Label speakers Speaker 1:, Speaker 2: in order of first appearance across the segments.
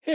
Speaker 1: Hey,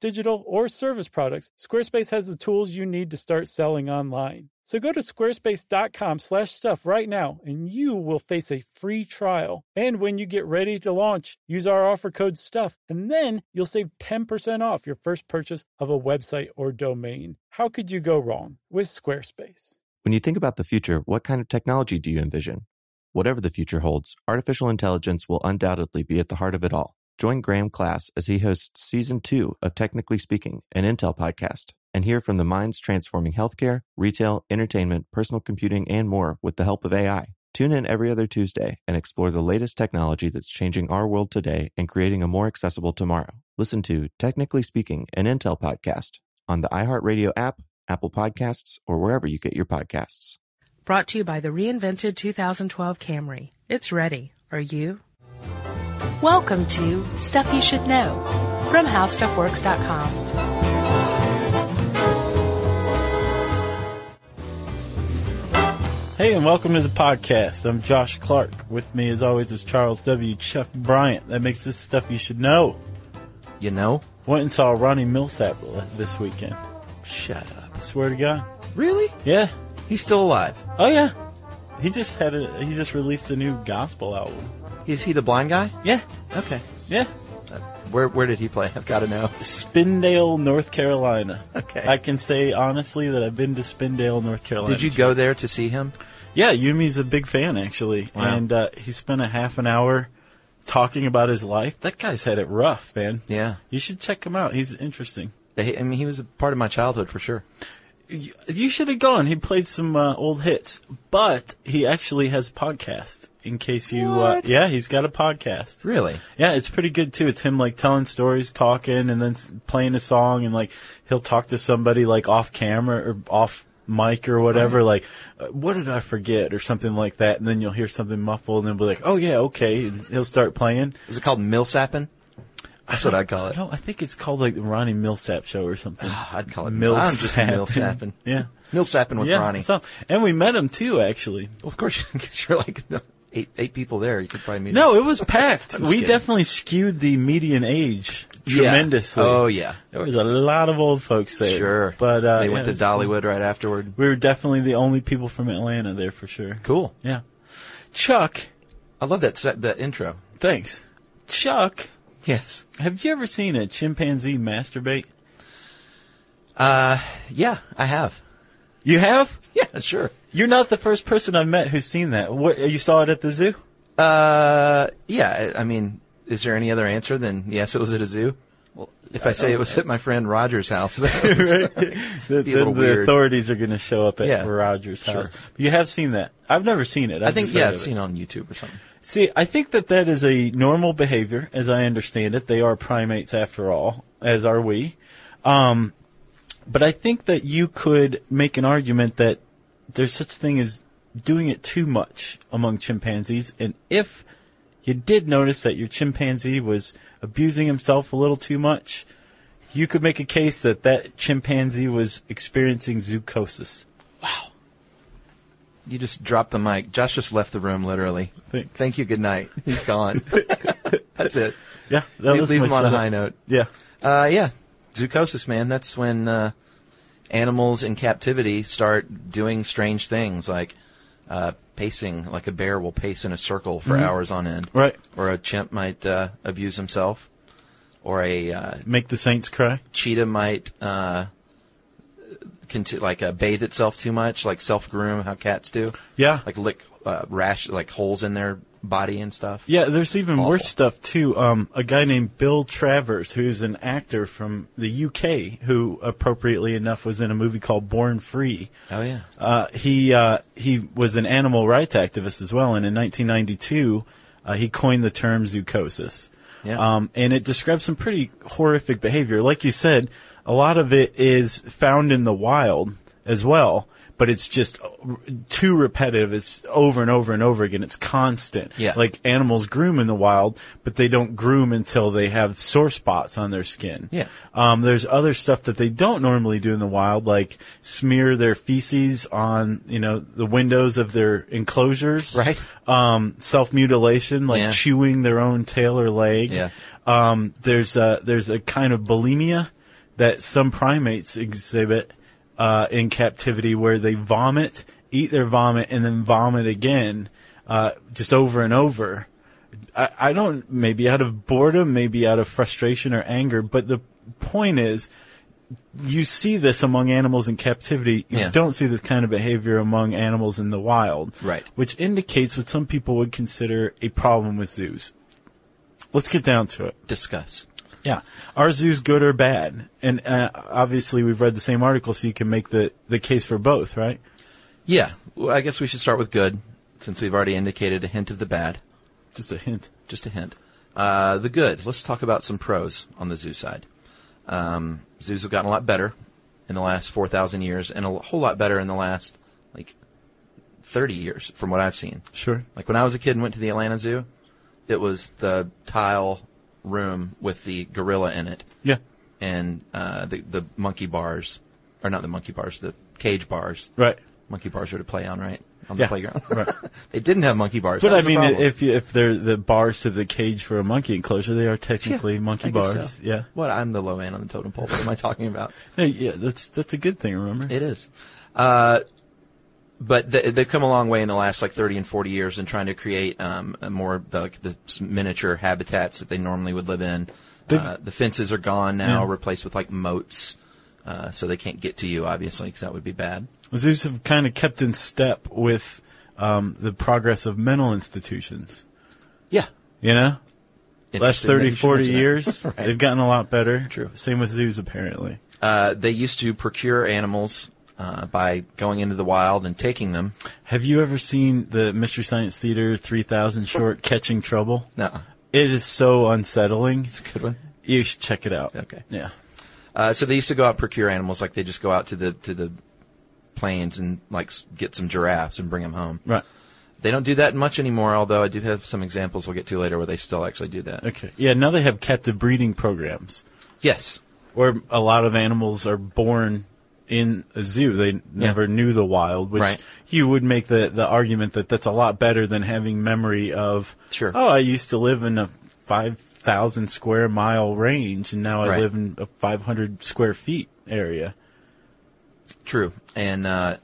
Speaker 1: digital, or service products. Squarespace has the tools you need to start selling online. So go to squarespace.com/stuff right now and you will face a free trial. And when you get ready to launch, use our offer code stuff and then you'll save 10% off your first purchase of a website or domain. How could you go wrong with Squarespace?
Speaker 2: When you think about the future, what kind of technology do you envision? Whatever the future holds, artificial intelligence will undoubtedly be at the heart of it all. Join Graham Class as he hosts season two of Technically Speaking, an Intel podcast, and hear from the minds transforming healthcare, retail, entertainment, personal computing, and more with the help of AI. Tune in every other Tuesday and explore the latest technology that's changing our world today and creating a more accessible tomorrow. Listen to Technically Speaking, an Intel podcast on the iHeartRadio app, Apple Podcasts, or wherever you get your podcasts.
Speaker 3: Brought to you by the reinvented 2012 Camry. It's ready. Are you? Welcome to Stuff You Should Know from HowStuffWorks.com.
Speaker 1: Hey, and welcome to the podcast. I'm Josh Clark. With me, as always, is Charles W. Chuck Bryant. That makes this stuff you should know.
Speaker 4: You know?
Speaker 1: Went and saw Ronnie Millsap this weekend.
Speaker 4: Shut up.
Speaker 1: Swear to God.
Speaker 4: Really?
Speaker 1: Yeah.
Speaker 4: He's still alive.
Speaker 1: Oh yeah. He just had a. He just released a new gospel album.
Speaker 4: Is he the blind guy?
Speaker 1: Yeah.
Speaker 4: Okay.
Speaker 1: Yeah.
Speaker 4: Uh, Where where did he play? I've got to know.
Speaker 1: Spindale, North Carolina.
Speaker 4: Okay.
Speaker 1: I can say honestly that I've been to Spindale, North Carolina.
Speaker 4: Did you go there to see him?
Speaker 1: Yeah, Yumi's a big fan actually,
Speaker 4: Wow.
Speaker 1: and uh, he spent a half an hour talking about his life. That guy's had it rough, man.
Speaker 4: Yeah.
Speaker 1: You should check him out. He's interesting.
Speaker 4: They- I mean, he was a part of my childhood for sure.
Speaker 1: You, you should have gone. He played some uh, old hits, but he actually has a podcast. In case you, uh,
Speaker 4: What?
Speaker 1: yeah, he's got a podcast.
Speaker 4: Really?
Speaker 1: Yeah, it's pretty good too. It's him like telling stories, talking, and then s- playing a song, and like he'll talk to somebody like off camera or off mic or whatever, like uh, what did I forget or something like that, and then you'll hear something muffled, and then be like, oh yeah, okay, and he'll start playing.
Speaker 4: Is it called Millsapping? That's what I'd call
Speaker 1: I
Speaker 4: it.
Speaker 1: don't. I think it's called like the Ronnie Millsap Show or something.
Speaker 4: Ah, I'd call it
Speaker 1: Millsap.
Speaker 4: I'm just Millsapping.
Speaker 1: yeah.
Speaker 4: Millsapping with
Speaker 1: Yeah,
Speaker 4: Ronnie.
Speaker 1: some- and we met him too, actually.
Speaker 4: Well, of course, because you're like eight eight people there. You could probably meet.
Speaker 1: No,
Speaker 4: him.
Speaker 1: it was packed.
Speaker 4: I'm just
Speaker 1: we
Speaker 4: kidding.
Speaker 1: definitely skewed the median age
Speaker 4: Yeah.
Speaker 1: tremendously.
Speaker 4: Oh yeah,
Speaker 1: There was a lot of old folks there.
Speaker 4: sure.
Speaker 1: But uh,
Speaker 4: they
Speaker 1: yeah,
Speaker 4: went
Speaker 1: it
Speaker 4: to
Speaker 1: was
Speaker 4: Dollywood right afterward.
Speaker 1: cool. We were definitely the only people from Atlanta there for sure.
Speaker 4: Cool.
Speaker 1: Yeah. Chuck,
Speaker 4: I love that set, that intro.
Speaker 1: thanks. Chuck,
Speaker 4: Yes.
Speaker 1: have you ever seen a chimpanzee masturbate?
Speaker 4: Yeah, I have.
Speaker 1: You have?
Speaker 4: Yeah, sure.
Speaker 1: You're not the first person I've met who's seen that. What you saw it at the zoo?
Speaker 4: Uh, yeah. I I mean, is there any other answer than yes? It was at a zoo. if I, say it was at my friend Roger's house, that was-
Speaker 1: The,
Speaker 4: Be a little
Speaker 1: the
Speaker 4: weird.
Speaker 1: authorities are going to show up at
Speaker 4: Yeah.
Speaker 1: Roger's
Speaker 4: Sure.
Speaker 1: house. But you have seen that. I've never seen it. I've
Speaker 4: I think
Speaker 1: just
Speaker 4: yeah,
Speaker 1: heard
Speaker 4: I've
Speaker 1: of it.
Speaker 4: seen it on YouTube or something.
Speaker 1: See, I think that that is a normal behavior, as I understand it. They are primates after all, as are we. Um, but I think that you could make an argument that there's such thing as doing it too much among chimpanzees, and if you did notice that your chimpanzee was abusing himself a little too much, you could make a case that that chimpanzee was experiencing zoocosis.
Speaker 4: You just dropped the mic. Josh just left the room, literally.
Speaker 1: Thanks.
Speaker 4: Thank you. Good night. He's gone. That's it.
Speaker 1: Yeah, that
Speaker 4: Leave-
Speaker 1: was
Speaker 4: leave
Speaker 1: my
Speaker 4: him on a
Speaker 1: setup.
Speaker 4: high note.
Speaker 1: Yeah.
Speaker 4: Uh, yeah, zoocosis, man. That's when uh, animals in captivity start doing strange things, like uh, pacing. Like a bear will pace in a circle for hours on end,
Speaker 1: Mm-hmm. Right.
Speaker 4: Or a chimp might uh, abuse himself, or a uh,
Speaker 1: Make the saints cry.
Speaker 4: cheetah might uh, conti- like uh, bathe itself too much, like self groom, how cats do,
Speaker 1: Yeah.
Speaker 4: like lick uh, rash, like holes in their body and stuff.
Speaker 1: Yeah, there's even
Speaker 4: Awful.
Speaker 1: worse stuff too. Um, a guy named Bill Travers, who's an actor from the UK, who appropriately enough was in a movie called Born Free.
Speaker 4: Oh yeah,
Speaker 1: Uh, he uh, he was an animal rights activist as well, and in 1992, uh, he coined the term zoocosis.
Speaker 4: Yeah.
Speaker 1: Um, and it describes some pretty horrific behavior. Like you said, a lot of it is found in the wild as well, but it's just uh, r- too repetitive. It's over and over and over again. It's constant.
Speaker 4: Yeah.
Speaker 1: Like animals groom in the wild, but they don't groom until they have sore spots on their skin.
Speaker 4: Yeah.
Speaker 1: Um, there's other stuff that they don't normally do in the wild, like smear their feces on, you know, the windows of their enclosures.
Speaker 4: Right.
Speaker 1: Um, self mutilation, like
Speaker 4: Yeah.
Speaker 1: chewing their own tail or leg.
Speaker 4: Yeah.
Speaker 1: Um, there's a, there's a kind of bulimia that some primates exhibit, uh, in captivity where they vomit, eat their vomit, and then vomit again, uh, just over and over. I, I don't, maybe out of boredom, maybe out of frustration or anger, but the point is, you see this among animals in captivity. You
Speaker 4: Yeah.
Speaker 1: don't see this kind of behavior among animals in the wild.
Speaker 4: Right.
Speaker 1: Which indicates what some people would consider a problem with zoos. Let's get down to it.
Speaker 4: Discuss.
Speaker 1: Yeah. Are zoos good or bad? And uh, obviously we've read the same article, so you can make the, the case for both, right?
Speaker 4: Yeah, well, I guess we should start with good, since we've already indicated a hint of the bad.
Speaker 1: Just a hint.
Speaker 4: Just a hint. Uh, the good. Let's talk about some pros on the zoo side. Um, zoos have gotten a lot better in the last 4,000 years, and a whole lot better in the last, like, 30 years, from what I've seen.
Speaker 1: Sure.
Speaker 4: Like when I was a kid and went to the Atlanta Zoo, it was the tile room with the gorilla in it
Speaker 1: Yeah.
Speaker 4: and uh, the the monkey bars, or not the monkey bars, the cage bars.
Speaker 1: Right.
Speaker 4: Monkey bars are to play on, right? On
Speaker 1: Yeah.
Speaker 4: the playground.
Speaker 1: Right.
Speaker 4: they didn't have monkey bars.
Speaker 1: But
Speaker 4: That
Speaker 1: I
Speaker 4: was the
Speaker 1: mean,
Speaker 4: problem.
Speaker 1: if you- if they're the bars to the cage for a monkey enclosure, they are technically
Speaker 4: Yeah,
Speaker 1: monkey
Speaker 4: I guess
Speaker 1: bars.
Speaker 4: so.
Speaker 1: Yeah.
Speaker 4: What? I'm the low man on the totem pole. What am I talking about?
Speaker 1: No, yeah. That's that's a good thing. Remember?
Speaker 4: It is. Uh, but th- they've come a long way in the last like 30 and 40 years in trying to create um, a more the, like, the s- miniature habitats that they normally would live in.
Speaker 1: They've-
Speaker 4: Uh, the fences are gone now,
Speaker 1: Yeah.
Speaker 4: replaced with like moats, uh, so they can't get to you obviously because that would be bad.
Speaker 1: zoos have kind of kept in step with um, the progress of mental institutions.
Speaker 4: Yeah,
Speaker 1: You know, last
Speaker 4: Interesting that
Speaker 1: 30,
Speaker 4: you should
Speaker 1: 40
Speaker 4: mention that.
Speaker 1: years,
Speaker 4: Right.
Speaker 1: they've gotten a lot better.
Speaker 4: True.
Speaker 1: Same with zoos, apparently.
Speaker 4: Uh, they used to procure animals uh, by going into the wild and taking them.
Speaker 1: Have you ever seen the Mystery Science Theater 3000 short, Catching Trouble?
Speaker 4: No,
Speaker 1: It is so unsettling.
Speaker 4: it's a good one.
Speaker 1: You should check it out.
Speaker 4: Okay.
Speaker 1: Yeah.
Speaker 4: Uh, so they used to go out and procure animals, like they just go out to the to the plains and like s- get some giraffes and bring them home.
Speaker 1: Right.
Speaker 4: They don't do that much anymore, although I do have some examples we'll get to later where they still actually do that.
Speaker 1: Okay. Yeah, now they have captive breeding programs.
Speaker 4: Yes,
Speaker 1: where a lot of animals are born in a zoo. They never knew the wild, which
Speaker 4: Right.
Speaker 1: you would make the, the argument that that's a lot better than having memory of,
Speaker 4: Sure.
Speaker 1: oh, I used to live in a 5,000 square mile range and now I
Speaker 4: Right.
Speaker 1: live in a 500 square feet area.
Speaker 4: true. And uh,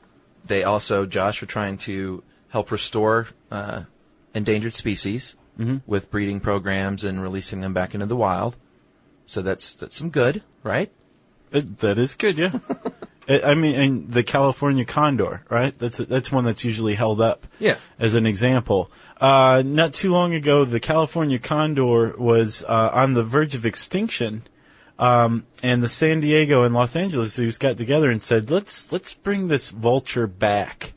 Speaker 4: they also, Josh, are trying to help restore uh, endangered species with breeding programs and releasing them back into the wild. So that's that's some good, right?
Speaker 1: It, that is good, yeah. I I mean, and the California condor, right? That's that's one that's usually held up,
Speaker 4: Yeah.
Speaker 1: as an example. Uh, not too long ago, the California condor was uh, on the verge of extinction, um, and the San Diego and Los Angeles zoos got together and said, "Let's let's bring this vulture back."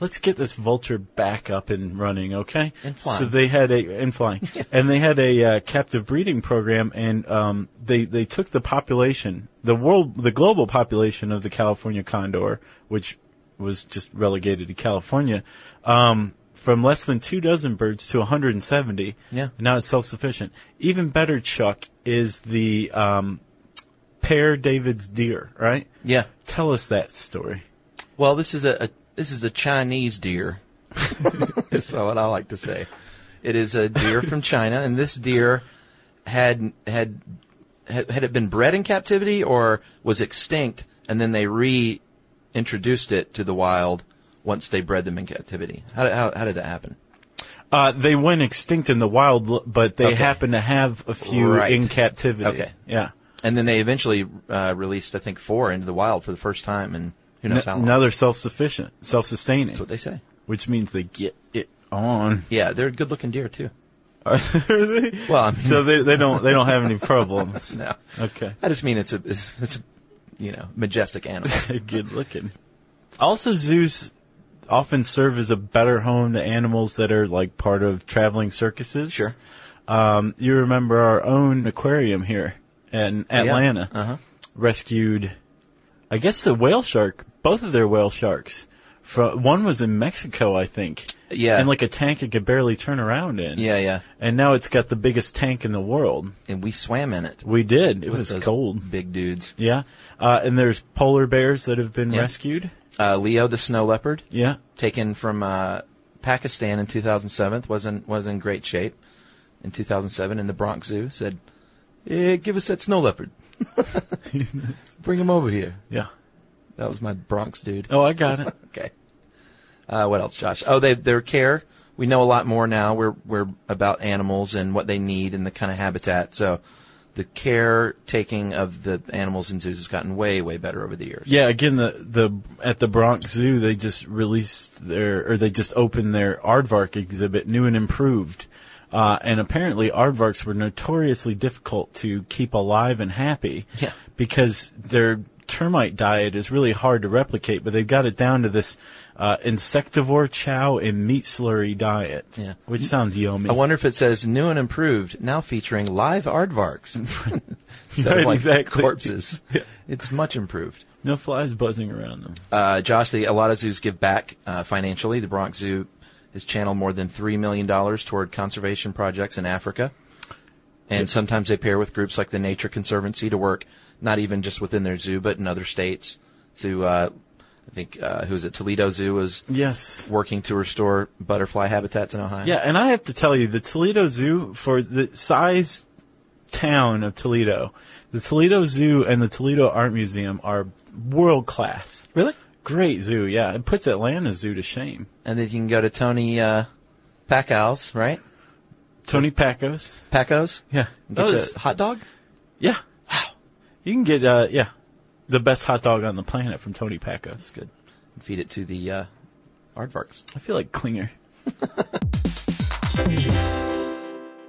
Speaker 1: let's get this vulture back up and running, okay?
Speaker 4: And flying.
Speaker 1: So they had a and flying, and they had a uh, captive breeding program, and um, they they took the population, the world, the global population of the California condor, which was just relegated to California, um, from less than two dozen birds to 170.
Speaker 4: Yeah.
Speaker 1: Now it's self sufficient. Even better, Chuck is the um, Pear David's deer, right?
Speaker 4: Yeah.
Speaker 1: Tell us that story.
Speaker 4: Well, this is a, a this is a Chinese deer. That's what I like to say. It is a deer from China, and this deer had had had had it been bred in captivity or was extinct, and then they reintroduced it to the wild once they bred them in captivity. How did, how, how did that happen?
Speaker 1: Uh, they went extinct in the wild, l- but they
Speaker 4: Okay.
Speaker 1: happen to have a few
Speaker 4: Right.
Speaker 1: in captivity.
Speaker 4: Okay.
Speaker 1: Yeah.
Speaker 4: And then they eventually uh, released, I think, four into the wild for the first time, and who knows how long.
Speaker 1: now they're self-sufficient, self-sustaining,
Speaker 4: That's what they say.
Speaker 1: which means they get it on.
Speaker 4: Yeah, they're a good-looking deer too.
Speaker 1: Are they?
Speaker 4: Well, I mean-
Speaker 1: so they, they don't they don't have any problems.
Speaker 4: No.
Speaker 1: Okay.
Speaker 4: I just mean it's a it's, it's a you know majestic animal.
Speaker 1: They're good looking. Also, zoos often serve as a better home to animals that are like part of traveling circuses.
Speaker 4: Sure.
Speaker 1: Um, you remember our own aquarium here in Atlanta
Speaker 4: Oh, Uh-huh.
Speaker 1: rescued, I guess the whale shark both of their whale sharks. From one was in Mexico, I think.
Speaker 4: Yeah.
Speaker 1: In like a tank it could barely turn around in.
Speaker 4: Yeah, yeah.
Speaker 1: And now it's got the biggest tank in the world.
Speaker 4: And we swam in it.
Speaker 1: We did. It
Speaker 4: with
Speaker 1: was
Speaker 4: those
Speaker 1: cold.
Speaker 4: Big dudes.
Speaker 1: Yeah. Uh, and there's polar bears that have been
Speaker 4: Yeah.
Speaker 1: rescued.
Speaker 4: Uh, Leo the snow leopard,
Speaker 1: Yeah.
Speaker 4: taken from uh, Pakistan in 2007, was in, was in great shape in 2007 in the Bronx Zoo. Said, eh, give us that snow leopard. Bring him over here.
Speaker 1: Yeah.
Speaker 4: That was my Bronx dude.
Speaker 1: Oh, I got it.
Speaker 4: Okay. Uh, what else, Josh? Oh, they their care. We know a lot more now. We're we're about animals and what they need and the kind of habitat. So, the care taking of the animals in zoos has gotten way way better over the years.
Speaker 1: Yeah, again, the the at the Bronx Zoo, they just released their or they just opened their aardvark exhibit, new and improved. Uh, and apparently, aardvarks were notoriously difficult to keep alive and happy
Speaker 4: Yeah.
Speaker 1: because their termite diet is really hard to replicate. But they've got it down to this uh, insectivore chow and meat slurry diet,
Speaker 4: Yeah.
Speaker 1: which sounds yummy.
Speaker 4: I wonder if it says new and improved, now featuring live aardvarks instead
Speaker 1: Right,
Speaker 4: of like
Speaker 1: exactly.
Speaker 4: corpses. It's much improved.
Speaker 1: no flies buzzing around them.
Speaker 4: Uh, Josh, the, a lot of zoos give back uh, financially. The Bronx Zoo has channeled more than $3 million toward conservation projects in Africa. And sometimes they pair with groups like the Nature Conservancy to work, not even just within their zoo, but in other states. To, uh, I think, uh, who was it? Toledo Zoo was
Speaker 1: Yes.
Speaker 4: working to restore butterfly habitats in Ohio.
Speaker 1: Yeah, and I have to tell you, the Toledo Zoo for the size town of Toledo, the Toledo Zoo and the Toledo Art Museum are world class.
Speaker 4: Really?
Speaker 1: Great zoo, yeah. It puts Atlanta Zoo to shame.
Speaker 4: And then you can go to Tony uh, Pacow's, right?
Speaker 1: Tony Pacos,
Speaker 4: Pacos?
Speaker 1: yeah,
Speaker 4: And
Speaker 1: that was-
Speaker 4: get you a Oh, hot dog?
Speaker 1: yeah. Wow, you can get uh, yeah, the best hot dog on the planet from Tony Pacos.
Speaker 4: Good. And feed it to the uh, aardvarks.
Speaker 1: I feel like Klinger.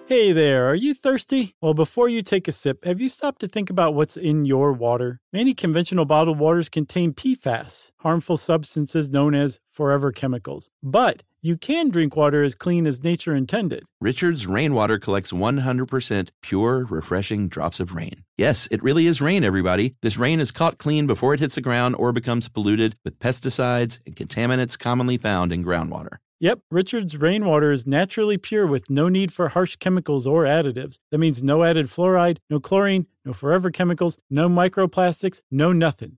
Speaker 5: Hey there, are you thirsty? Well, before you take a sip, have you stopped to think about what's in your water? Many conventional bottled waters contain PFAS, harmful substances known as forever chemicals. But you can drink water as clean as nature intended.
Speaker 6: Richards Rainwater collects 100% pure, refreshing drops of rain. Yes, it really is rain, everybody. This rain is caught clean before it hits the ground or becomes polluted with pesticides and contaminants commonly found in groundwater.
Speaker 5: Yep, Richard's rainwater is naturally pure with no need for harsh chemicals or additives. That means no added fluoride, no chlorine, no forever chemicals, no microplastics, no nothing.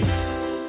Speaker 5: Hey,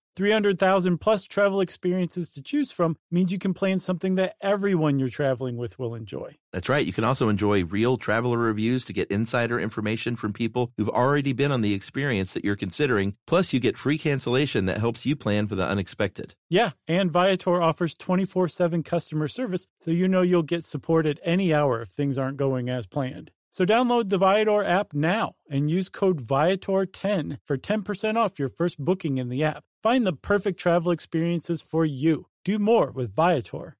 Speaker 5: 300,000 plus travel experiences to choose from means you can plan something that everyone you're traveling with will enjoy.
Speaker 6: That's right. You can also enjoy real traveler reviews to get insider information from people who've already been on the experience that you're considering. Plus, you get free cancellation that helps you plan for the unexpected.
Speaker 5: Yeah, and Viator offers 24 7 customer service, so you know you'll get support at any hour if things aren't going as planned. So download the Viator app now and use code Viator10 for 10% off your first booking in the app. Find the perfect travel experiences for you. Do more with Viator.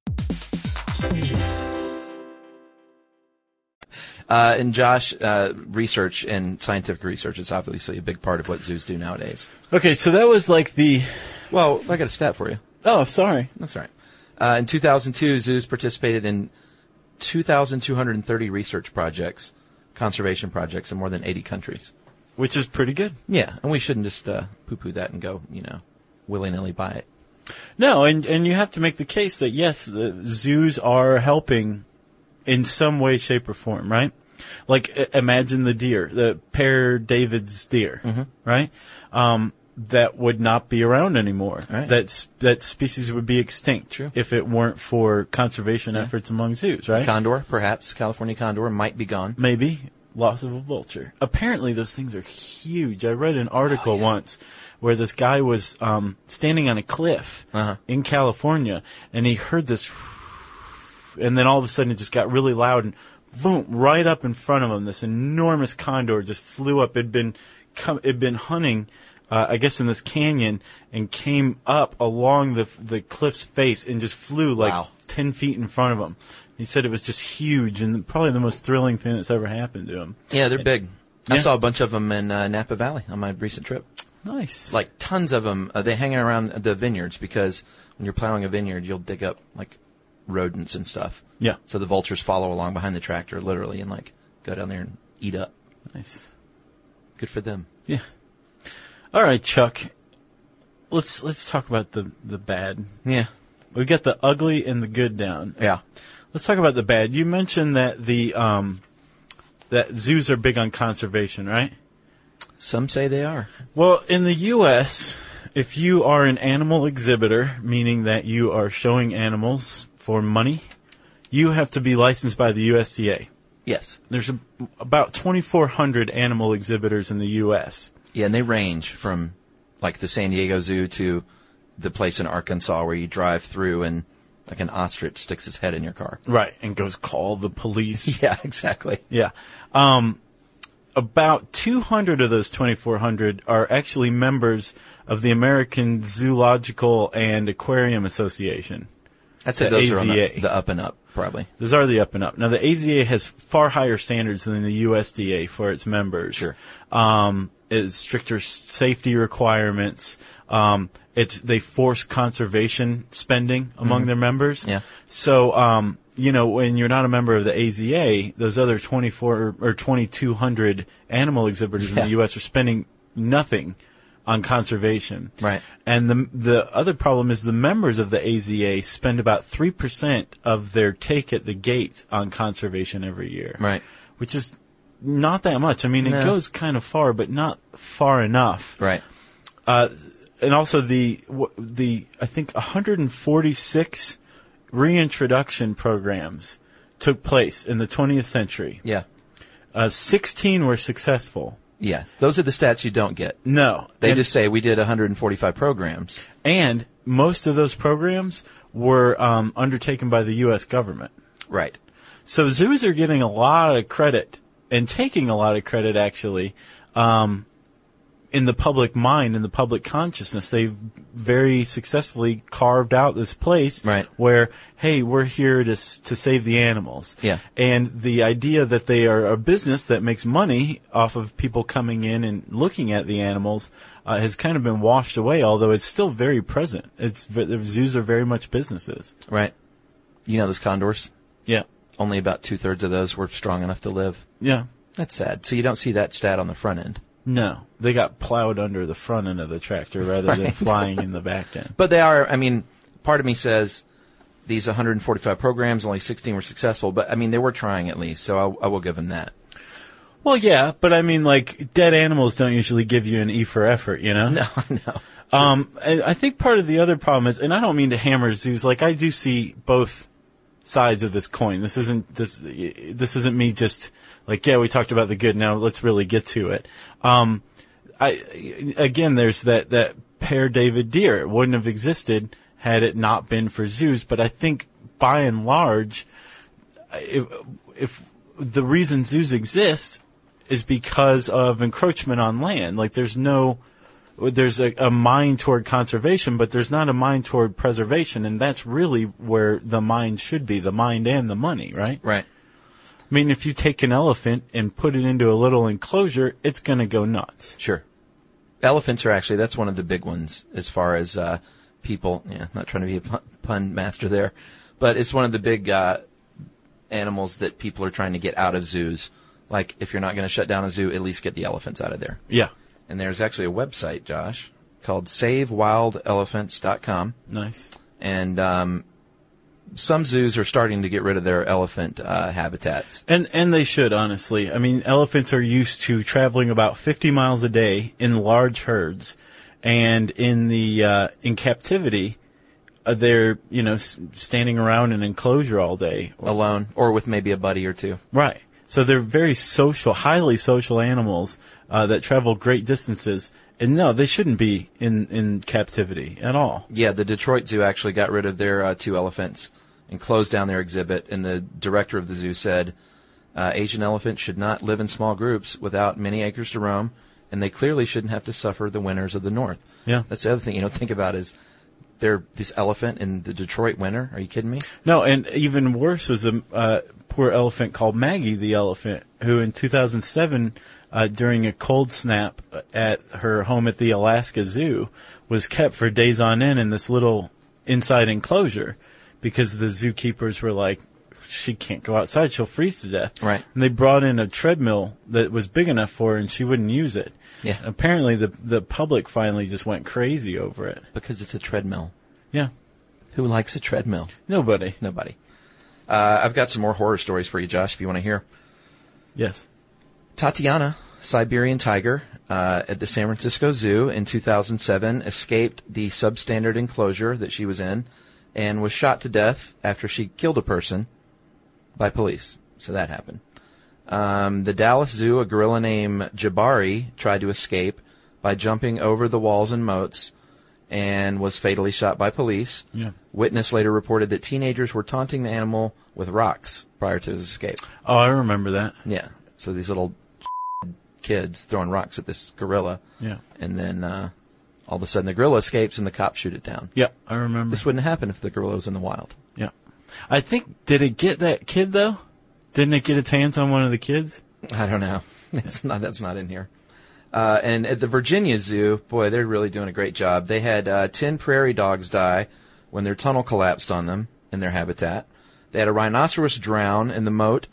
Speaker 4: Uh, and Josh, uh, research and scientific research is obviously a big part of what zoos do nowadays.
Speaker 1: Okay, so that was like the.
Speaker 4: Well, I got a stat for you.
Speaker 1: Oh, sorry.
Speaker 4: That's all right. Uh, in 2002, zoos participated in 2,230 research projects, conservation projects in more than 80 countries.
Speaker 1: Which is pretty good.
Speaker 4: Yeah, and we shouldn't just uh, poo-poo that and go, you know, willy-nilly buy it.
Speaker 1: No, and and you have to make the case that yes, the zoos are helping in some way, shape, or form, right?
Speaker 4: Mm-hmm.
Speaker 1: Like i- imagine the deer, the Per David's deer, right? Um, that would not be around anymore.
Speaker 4: Right.
Speaker 1: That's that species would be extinct
Speaker 4: True.
Speaker 1: if it weren't for conservation efforts among zoos, right?
Speaker 4: Condor, perhaps California condor might be gone.
Speaker 1: Maybe loss of a vulture. Apparently, those things are huge. I read an
Speaker 4: Oh,
Speaker 1: article once where this guy was um, standing on a cliff
Speaker 4: Uh-huh.
Speaker 1: in California, and he heard this, and then all of a sudden it just got really loud and boom, right up in front of him, this enormous condor just flew up. It'd been come, it'd been hunting. Uh, I guess in this canyon and came up along the the cliff's face and just flew like
Speaker 4: Wow.
Speaker 1: 10 feet in front of him. He said it was just huge and probably the most thrilling thing that's ever happened to him.
Speaker 4: Yeah, they're big. I
Speaker 1: Yeah.
Speaker 4: saw a bunch of them in uh, Napa Valley on my recent trip.
Speaker 1: Nice.
Speaker 4: Like tons of them. Uh, they hang around the vineyards because when you're plowing a vineyard, you'll dig up like rodents and stuff.
Speaker 1: Yeah.
Speaker 4: So the vultures follow along behind the tractor, literally, and like go down there and eat up.
Speaker 1: nice.
Speaker 4: Good for them.
Speaker 1: Yeah. All right, Chuck. Let's let's talk about the the bad.
Speaker 4: Yeah.
Speaker 1: We've got the ugly and the good down.
Speaker 4: Yeah.
Speaker 1: Let's talk about the bad. You mentioned that the um that zoos are big on conservation, right?
Speaker 4: Some say they are.
Speaker 1: Well, in the U.S., if you are an animal exhibitor, meaning that you are showing animals for money, you have to be licensed by the USDA.
Speaker 4: Yes.
Speaker 1: There's a, about 2,400 animal exhibitors in the U.S.
Speaker 4: Yeah, and they range from like the San Diego Zoo to the place in Arkansas where you drive through and like an ostrich sticks its head in your car.
Speaker 1: Right, and goes call the police.
Speaker 4: Yeah, exactly.
Speaker 1: yeah. Um, about 200 of those 2,400 are actually members of the American Zoological and Aquarium Association.
Speaker 4: I'd say
Speaker 1: The
Speaker 4: those are on the,
Speaker 1: AZA.
Speaker 4: the up and up, probably.
Speaker 1: Those are the up and up. Now, the AZA has far higher standards than the USDA for its members.
Speaker 4: Sure.
Speaker 1: Um, it's stricter s- safety requirements. Um, it's, they force conservation spending among their members.
Speaker 4: Mm-hmm. Yeah.
Speaker 1: So, um, you know, when you're not a member of the AZA, those other 24 or 2200 animal exhibitors
Speaker 4: Yeah.
Speaker 1: in the U.S. are spending nothing on conservation.
Speaker 4: Right.
Speaker 1: And the the other problem is the members of the AZA spend about three percent of their take at the gate on conservation every year.
Speaker 4: Right.
Speaker 1: Which is not that much. I mean,
Speaker 4: No.
Speaker 1: it goes kind of far, but not far enough. Uh,
Speaker 4: Right.
Speaker 1: And also the wh- the I think 146 reintroduction programs took place in the 20th century.
Speaker 4: Yeah.
Speaker 1: Uh, 16 were successful.
Speaker 4: Yeah. Those are the stats you don't get.
Speaker 1: No,
Speaker 4: They
Speaker 1: And-
Speaker 4: just say we did 145 programs.
Speaker 1: and most of those programs were um, undertaken by the U.S. government.
Speaker 4: Right.
Speaker 1: So zoos are getting a lot of credit and taking a lot of credit actually um, in the public mind, in the public consciousness. They've very successfully carved out this place
Speaker 4: Right.
Speaker 1: where, hey, we're here to s- to save the animals.
Speaker 4: Yeah.
Speaker 1: And the idea that they are a business that makes money off of people coming in and looking at the animals uh, has kind of been washed away. Although it's still very present. It's v- the zoos are very much businesses.
Speaker 4: Right. You know those condors?
Speaker 1: Yeah.
Speaker 4: Only about two thirds of those were strong enough to live.
Speaker 1: Yeah.
Speaker 4: That's sad. So you don't see that stat on the front end.
Speaker 1: No, they got plowed under the front end of the tractor rather than
Speaker 4: Right.
Speaker 1: flying in the back end.
Speaker 4: But they are, I mean, part of me says these 145 programs, only 16 were successful, but I mean, they were trying at least, so I, I will give them that.
Speaker 1: Well, yeah, but I mean, like dead animals don't usually give you an E for effort, you know.
Speaker 4: No, I know.
Speaker 1: Um, and I think part of the other problem is, and I don't mean to hammer zoos. Like I do see both sides of this coin. This isn't this. This isn't me just like yeah. We talked about the good. Now let's really get to it. Um, I again, there's that that pair David Deer. It wouldn't have existed had it not been for zoos. But I think by and large, if, if the reason zoos exist is because of encroachment on land. Like there's no, there's a, a mind toward conservation, but there's not a mind toward preservation, and that's really where the mind should be, the mind and the money, right?
Speaker 4: Right.
Speaker 1: I mean, if you take an elephant and put it into a little enclosure, it's gonna go nuts.
Speaker 4: Sure. Elephants are actually, that's one of the big ones as far as uh, people, yeah, not trying to be a pun, pun master there, but it's one of the big uh, animals that people are trying to get out of zoos. Like, if you're not going to shut down a zoo, at least get the elephants out of there.
Speaker 1: Yeah.
Speaker 4: And there's actually a website, Josh, called savewildelephants.com.
Speaker 1: Nice.
Speaker 4: and um, some zoos are starting to get rid of their elephant uh, habitats.
Speaker 1: And and they should honestly. I mean, elephants are used to traveling about 50 miles a day in large herds, and in the uh, in captivity, uh, they're you know s- standing around in an enclosure all day.
Speaker 4: alone or with maybe a buddy or two.
Speaker 1: Right. So they're very social, highly social animals uh, that travel great distances. And no, they shouldn't be in in captivity at all.
Speaker 4: Yeah, the Detroit Zoo actually got rid of their uh, two elephants and closed down their exhibit. And the director of the zoo said, uh, Asian elephants should not live in small groups without many acres to roam, and they clearly shouldn't have to suffer the winters of the north.
Speaker 1: Yeah.
Speaker 4: That's the other thing you don't think about is they're this elephant in the Detroit winter. Are you kidding me?
Speaker 1: No, and even worse was a uh, poor elephant called Maggie the elephant, who in 2007, uh, during a cold snap at her home at the Alaska Zoo, was kept for days on end in this little inside enclosure because the zookeepers were like, she can't go outside; she'll freeze to death.
Speaker 4: Right.
Speaker 1: And they brought in a treadmill that was big enough for her, and she wouldn't use it.
Speaker 4: Yeah.
Speaker 1: Apparently, the the public finally just went crazy over it.
Speaker 4: Because it's a treadmill.
Speaker 1: Yeah.
Speaker 4: Who likes a treadmill?
Speaker 1: Nobody.
Speaker 4: Nobody. Uh, I've got some more horror stories for you, Josh, if you want to hear.
Speaker 1: Yes.
Speaker 4: Tatiana, Siberian tiger, uh, at the San Francisco Zoo in 2007, escaped the substandard enclosure that she was in and was shot to death after she killed a person by police. So that happened. Um, the Dallas Zoo, a gorilla named Jabari tried to escape by jumping over the walls and moats and was fatally shot by police.
Speaker 1: Yeah.
Speaker 4: Witness later reported that teenagers were taunting the animal with rocks prior to his escape.
Speaker 1: Oh, I remember that.
Speaker 4: Yeah. So these little kids throwing rocks at this gorilla,
Speaker 1: Yeah.
Speaker 4: and then uh, all of a sudden the gorilla escapes and the cops shoot it down.
Speaker 1: Yeah, I remember.
Speaker 4: This wouldn't happen if the gorilla was in the wild.
Speaker 1: Yeah. I think, did it get that kid though? Didn't it get its hands on one of the kids?
Speaker 4: I don't know. It's not. That's not in here. Uh, and at the Virginia Zoo, boy, they're really doing a great job. They had uh, ten prairie dogs die when their tunnel collapsed on them in their habitat. They had a rhinoceros drown in the moat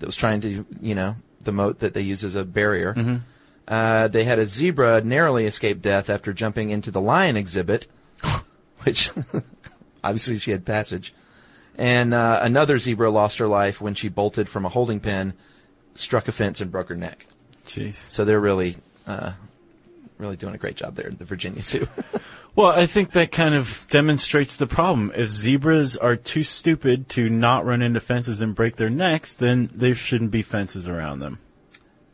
Speaker 4: that was trying to, you know, the moat that they use as a barrier. Uh, they had a zebra narrowly escape death after jumping into the lion exhibit, which obviously she had passage. And uh, another zebra lost her life when she bolted from a holding pen, struck a fence, and broke her neck.
Speaker 1: Jeez.
Speaker 4: So they're really, uh, really doing a great job there at the Virginia Zoo.
Speaker 1: Well, I think that kind of demonstrates the problem. If zebras are too stupid to not run into fences and break their necks, then there shouldn't be fences around them.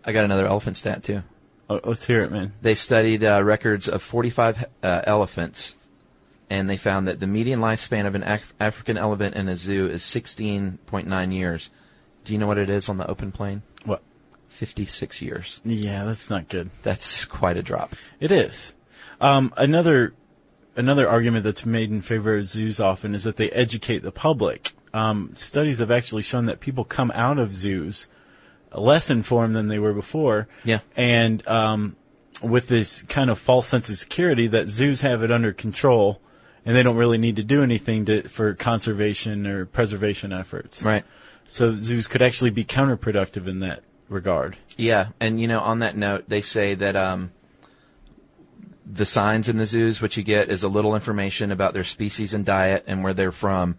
Speaker 4: I got another elephant stat too.
Speaker 1: Oh, let's hear it, man.
Speaker 4: They studied uh, records of 45 uh, elephants, and they found that the median lifespan of an Af- African elephant in a zoo is 16.9 years. Do you know what it is on the open plain?
Speaker 1: What?
Speaker 4: 56 years.
Speaker 1: Yeah, that's not good.
Speaker 4: That's quite a drop.
Speaker 1: It is. Um, another another argument that's made in favor of zoos often is that they educate the public. Um, studies have actually shown that people come out of zoos less informed than they were before.
Speaker 4: Yeah.
Speaker 1: And um, with this kind of false sense of security that zoos have it under control, and they don't really need to do anything to, for conservation or preservation efforts.
Speaker 4: Right.
Speaker 1: So zoos could actually be counterproductive in that regard.
Speaker 4: Yeah, and you know, on that note, they say that um, the signs in the zoos, what you get is a little information about their species and diet and where they're from,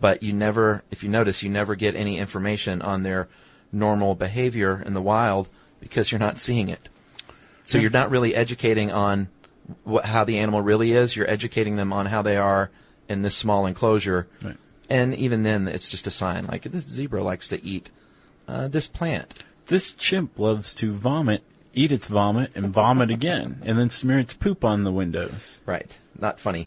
Speaker 4: but you never, if you notice, you never get any information on their normal behavior in the wild because you're not seeing it. So you're not really educating on wh- how the animal really is. You're educating them on how they are in this small enclosure.
Speaker 1: Right.
Speaker 4: And even then, it's just a sign. Like this zebra likes to eat uh, this plant.
Speaker 1: this chimp loves to vomit, eat its vomit, and vomit again, and then smear its poop on the windows.
Speaker 4: Right. Not funny.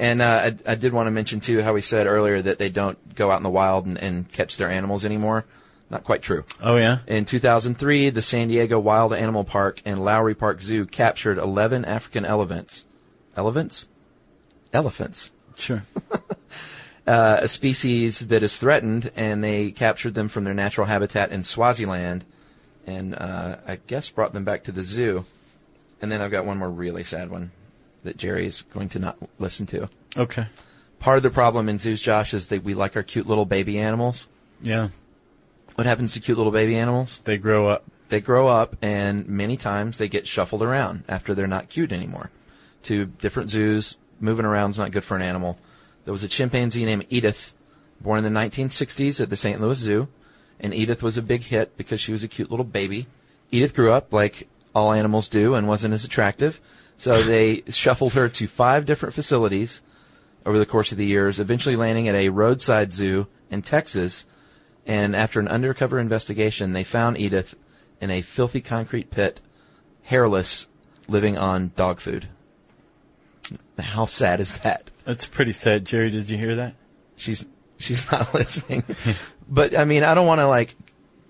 Speaker 4: And uh, I, I did want to mention too how we said earlier that they don't go out in the wild and, and catch their animals anymore. Not quite true.
Speaker 1: Oh yeah.
Speaker 4: In 2003, the San Diego Wild Animal Park and Lowry Park Zoo captured 11 African elephants. Elephants? Elephants.
Speaker 1: Sure.
Speaker 4: Uh, a species that is threatened, and they captured them from their natural habitat in Swaziland, and uh, I guess brought them back to the zoo. And then I've got one more really sad one that Jerry's going to not listen to.
Speaker 1: Okay.
Speaker 4: Part of the problem in zoos, Josh, is that we like our cute little baby animals.
Speaker 1: Yeah.
Speaker 4: What happens to cute little baby animals?
Speaker 1: They grow up.
Speaker 4: They grow up, and many times they get shuffled around after they're not cute anymore to different zoos. Moving around's not good for an animal. There was a chimpanzee named Edith, born in the 1960s at the St. Louis Zoo, and Edith was a big hit because she was a cute little baby. Edith grew up like all animals do and wasn't as attractive, so they shuffled her to five different facilities over the course of the years, eventually landing at a roadside zoo in Texas. And after an undercover investigation, they found Edith in a filthy concrete pit, hairless, living on dog food. How sad is that?
Speaker 1: That's pretty sad, Jerry. Did you hear that?
Speaker 4: she's she's not listening. but I mean, I don't want to like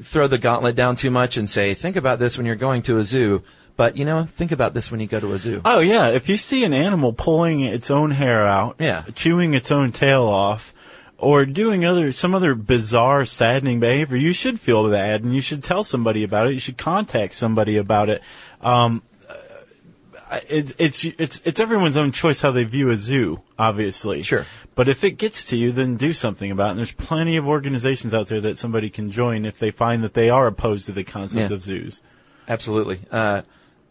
Speaker 4: throw the gauntlet down too much and say think about this when you're going to a zoo. But you know, think about this when you go to a zoo.
Speaker 1: Oh yeah. If you see an animal pulling its own hair out,
Speaker 4: Yeah.
Speaker 1: chewing its own tail off, or doing other some other bizarre, saddening behavior, you should feel bad and you should tell somebody about it. You should contact somebody about it. Um, uh, I- it's it's it's it's everyone's own choice how they view a zoo, obviously.
Speaker 4: Sure.
Speaker 1: But if it gets to you, then do something about it. And there's plenty of organizations out there that somebody can join if they find that they are opposed to the concept
Speaker 4: Yeah.
Speaker 1: of zoos.
Speaker 4: Absolutely. Uh,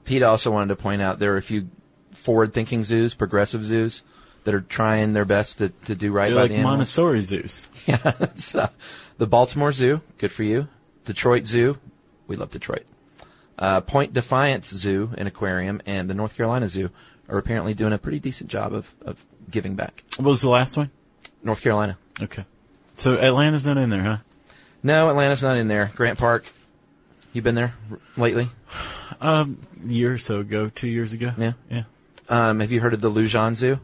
Speaker 4: Pete also wanted to point out there are a few forward-thinking zoos, progressive zoos, that are trying their best to, to do right
Speaker 1: They're
Speaker 4: by
Speaker 1: like
Speaker 4: the animals.
Speaker 1: Montessori zoos.
Speaker 4: Yeah, it's, uh, the Baltimore Zoo, good for you. Detroit Zoo, we love Detroit. Uh, Point Defiance Zoo and Aquarium and the North Carolina Zoo are apparently doing a pretty decent job of, of giving back.
Speaker 1: What was the last one?
Speaker 4: North Carolina.
Speaker 1: Okay. So Atlanta's not in there, huh?
Speaker 4: No, Atlanta's not in there. Grant Park. You been there r- lately?
Speaker 1: Um, a year or so ago, two years ago.
Speaker 4: Yeah.
Speaker 1: Yeah.
Speaker 4: Um, have you heard of the Lujan Zoo?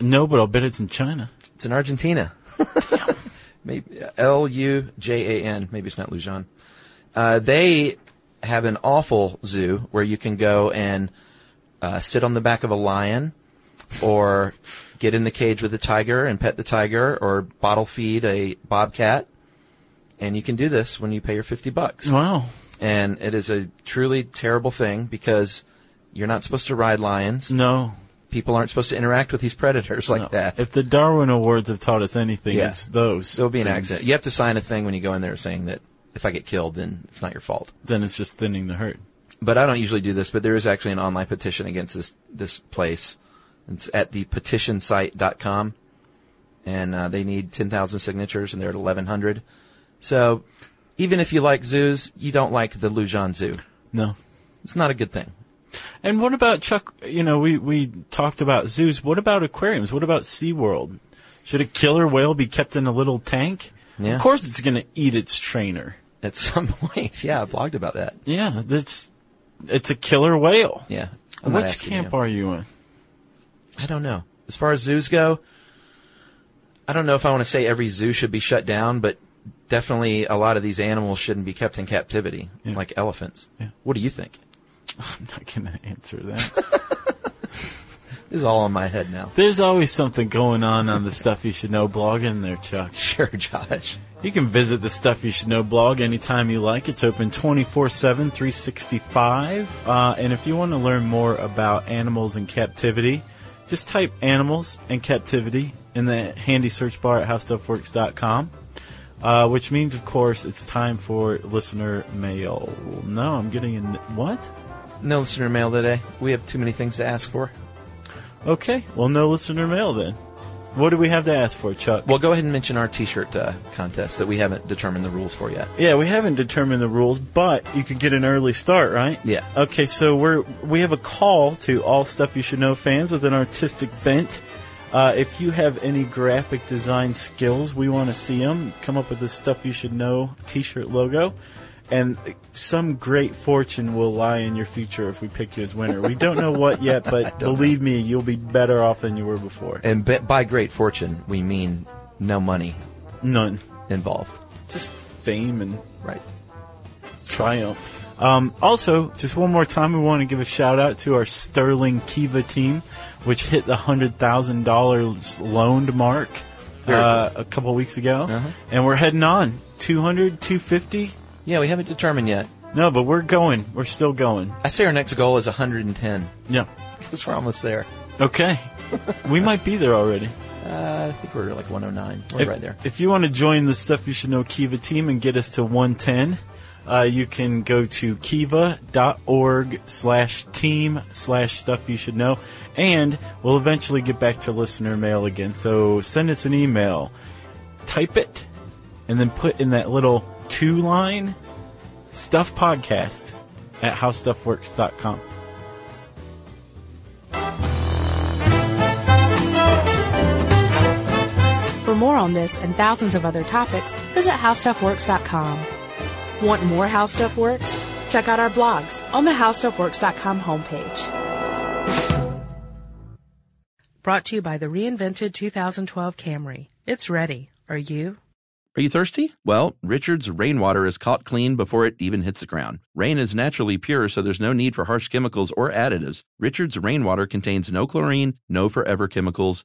Speaker 1: No, but I'll bet it's in China.
Speaker 4: It's in Argentina. maybe L U J A N. Maybe it's not Lujan. Uh, they have an awful zoo where you can go and uh, sit on the back of a lion, or get in the cage with a tiger and pet the tiger, or bottle feed a bobcat. And you can do this when you pay your fifty bucks.
Speaker 1: Wow.
Speaker 4: and it is a truly terrible thing because you're not supposed to ride lions.
Speaker 1: No.
Speaker 4: People aren't supposed to interact with these predators like
Speaker 1: no.
Speaker 4: that.
Speaker 1: If the Darwin Awards have taught us anything,
Speaker 4: Yeah.
Speaker 1: it's those.
Speaker 4: There'll be an
Speaker 1: things.
Speaker 4: accident. You have to sign a thing when you go in there saying that if I get killed, then it's not your fault.
Speaker 1: Then it's just thinning the herd.
Speaker 4: But I don't usually do this, but there is actually an online petition against this this place. It's at the petitionsite.com, and uh, they need 10,000 signatures, and they're at 1,100. So even if you like zoos, you don't like the Lujan Zoo.
Speaker 1: No.
Speaker 4: It's not a good thing.
Speaker 1: And what about Chuck? You know, we we talked about zoos. What about aquariums? What about SeaWorld? Should a killer whale be kept in a little tank?
Speaker 4: Yeah.
Speaker 1: Of course it's going to eat its trainer.
Speaker 4: At some point, yeah, I blogged about that.
Speaker 1: Yeah, that's it's a killer whale.
Speaker 4: Yeah. I'm not
Speaker 1: Which
Speaker 4: asking
Speaker 1: camp
Speaker 4: you.
Speaker 1: are you in?
Speaker 4: I don't know. As far as zoos go, I don't know if I want to say every zoo should be shut down, but definitely a lot of these animals shouldn't be kept in captivity,
Speaker 1: Yeah.
Speaker 4: like elephants.
Speaker 1: Yeah.
Speaker 4: What do you think?
Speaker 1: I'm not going to answer that.
Speaker 4: This is all in my head now.
Speaker 1: There's always something going on on the Stuff You Should Know blog in there, Chuck.
Speaker 4: Sure, Josh.
Speaker 1: You can visit the Stuff You Should Know blog anytime you like. It's open 24 7, 365. Uh, and if you want to learn more about animals in captivity, just type animals in captivity in the handy search bar at howstuffworks.com. Uh, which means, of course, it's time for listener mail. No, I'm getting in. What?
Speaker 4: No listener mail today. We have too many things to ask for.
Speaker 1: Okay. Well, no listener mail then. What do we have to ask for, Chuck?
Speaker 4: Well, go ahead and mention our T-shirt uh, contest that we haven't determined the rules for yet.
Speaker 1: Yeah, we haven't determined the rules, but you could get an early start, right?
Speaker 4: Yeah.
Speaker 1: Okay, so we're we have a call to all stuff you should know fans with an artistic bent. Uh, if you have any graphic design skills, we want to see them. Come up with the stuff you should know T-shirt logo, and some great fortune will lie in your future if we pick you as winner. We don't know what yet, but believe me, you'll be better off than you were before.
Speaker 4: And b- by great fortune, we mean no money
Speaker 1: None,
Speaker 4: involved.
Speaker 1: just fame and
Speaker 4: Right.
Speaker 1: triumph. Um, also, just one more time, we want to give a shout out to our Sterling Kiva team, which hit the hundred thousand dollars loaned mark uh, a couple weeks ago, and we're heading on 200, 250.
Speaker 4: Yeah, we haven't determined yet.
Speaker 1: No, but we're going. We're still going.
Speaker 4: I say our next goal is 110
Speaker 1: Yeah.
Speaker 4: because we're almost there.
Speaker 1: Okay. we might be there already.
Speaker 4: Uh, I think we're like 109. We're
Speaker 1: if,
Speaker 4: right there.
Speaker 1: If you want to join the Stuff You Should Know Kiva team and get us to 110, uh, you can go to kiva.org slash team slash stuff you should know. And we'll eventually get back to listener mail again. So send us an email, type it, and then put in that little two line stuff podcast at howstuffworks.com.
Speaker 3: For more on this and thousands of other topics, visit howstuffworks.com. Want more How Stuff Works? Check out our blogs on the howstuffworks.com homepage. Brought to you by the reinvented 2012 Camry. It's ready. Are you?
Speaker 6: Are you thirsty? Well, Richard's rainwater is caught clean before it even hits the ground. Rain is naturally pure, so there's no need for harsh chemicals or additives. Richard's rainwater contains no chlorine, no forever chemicals,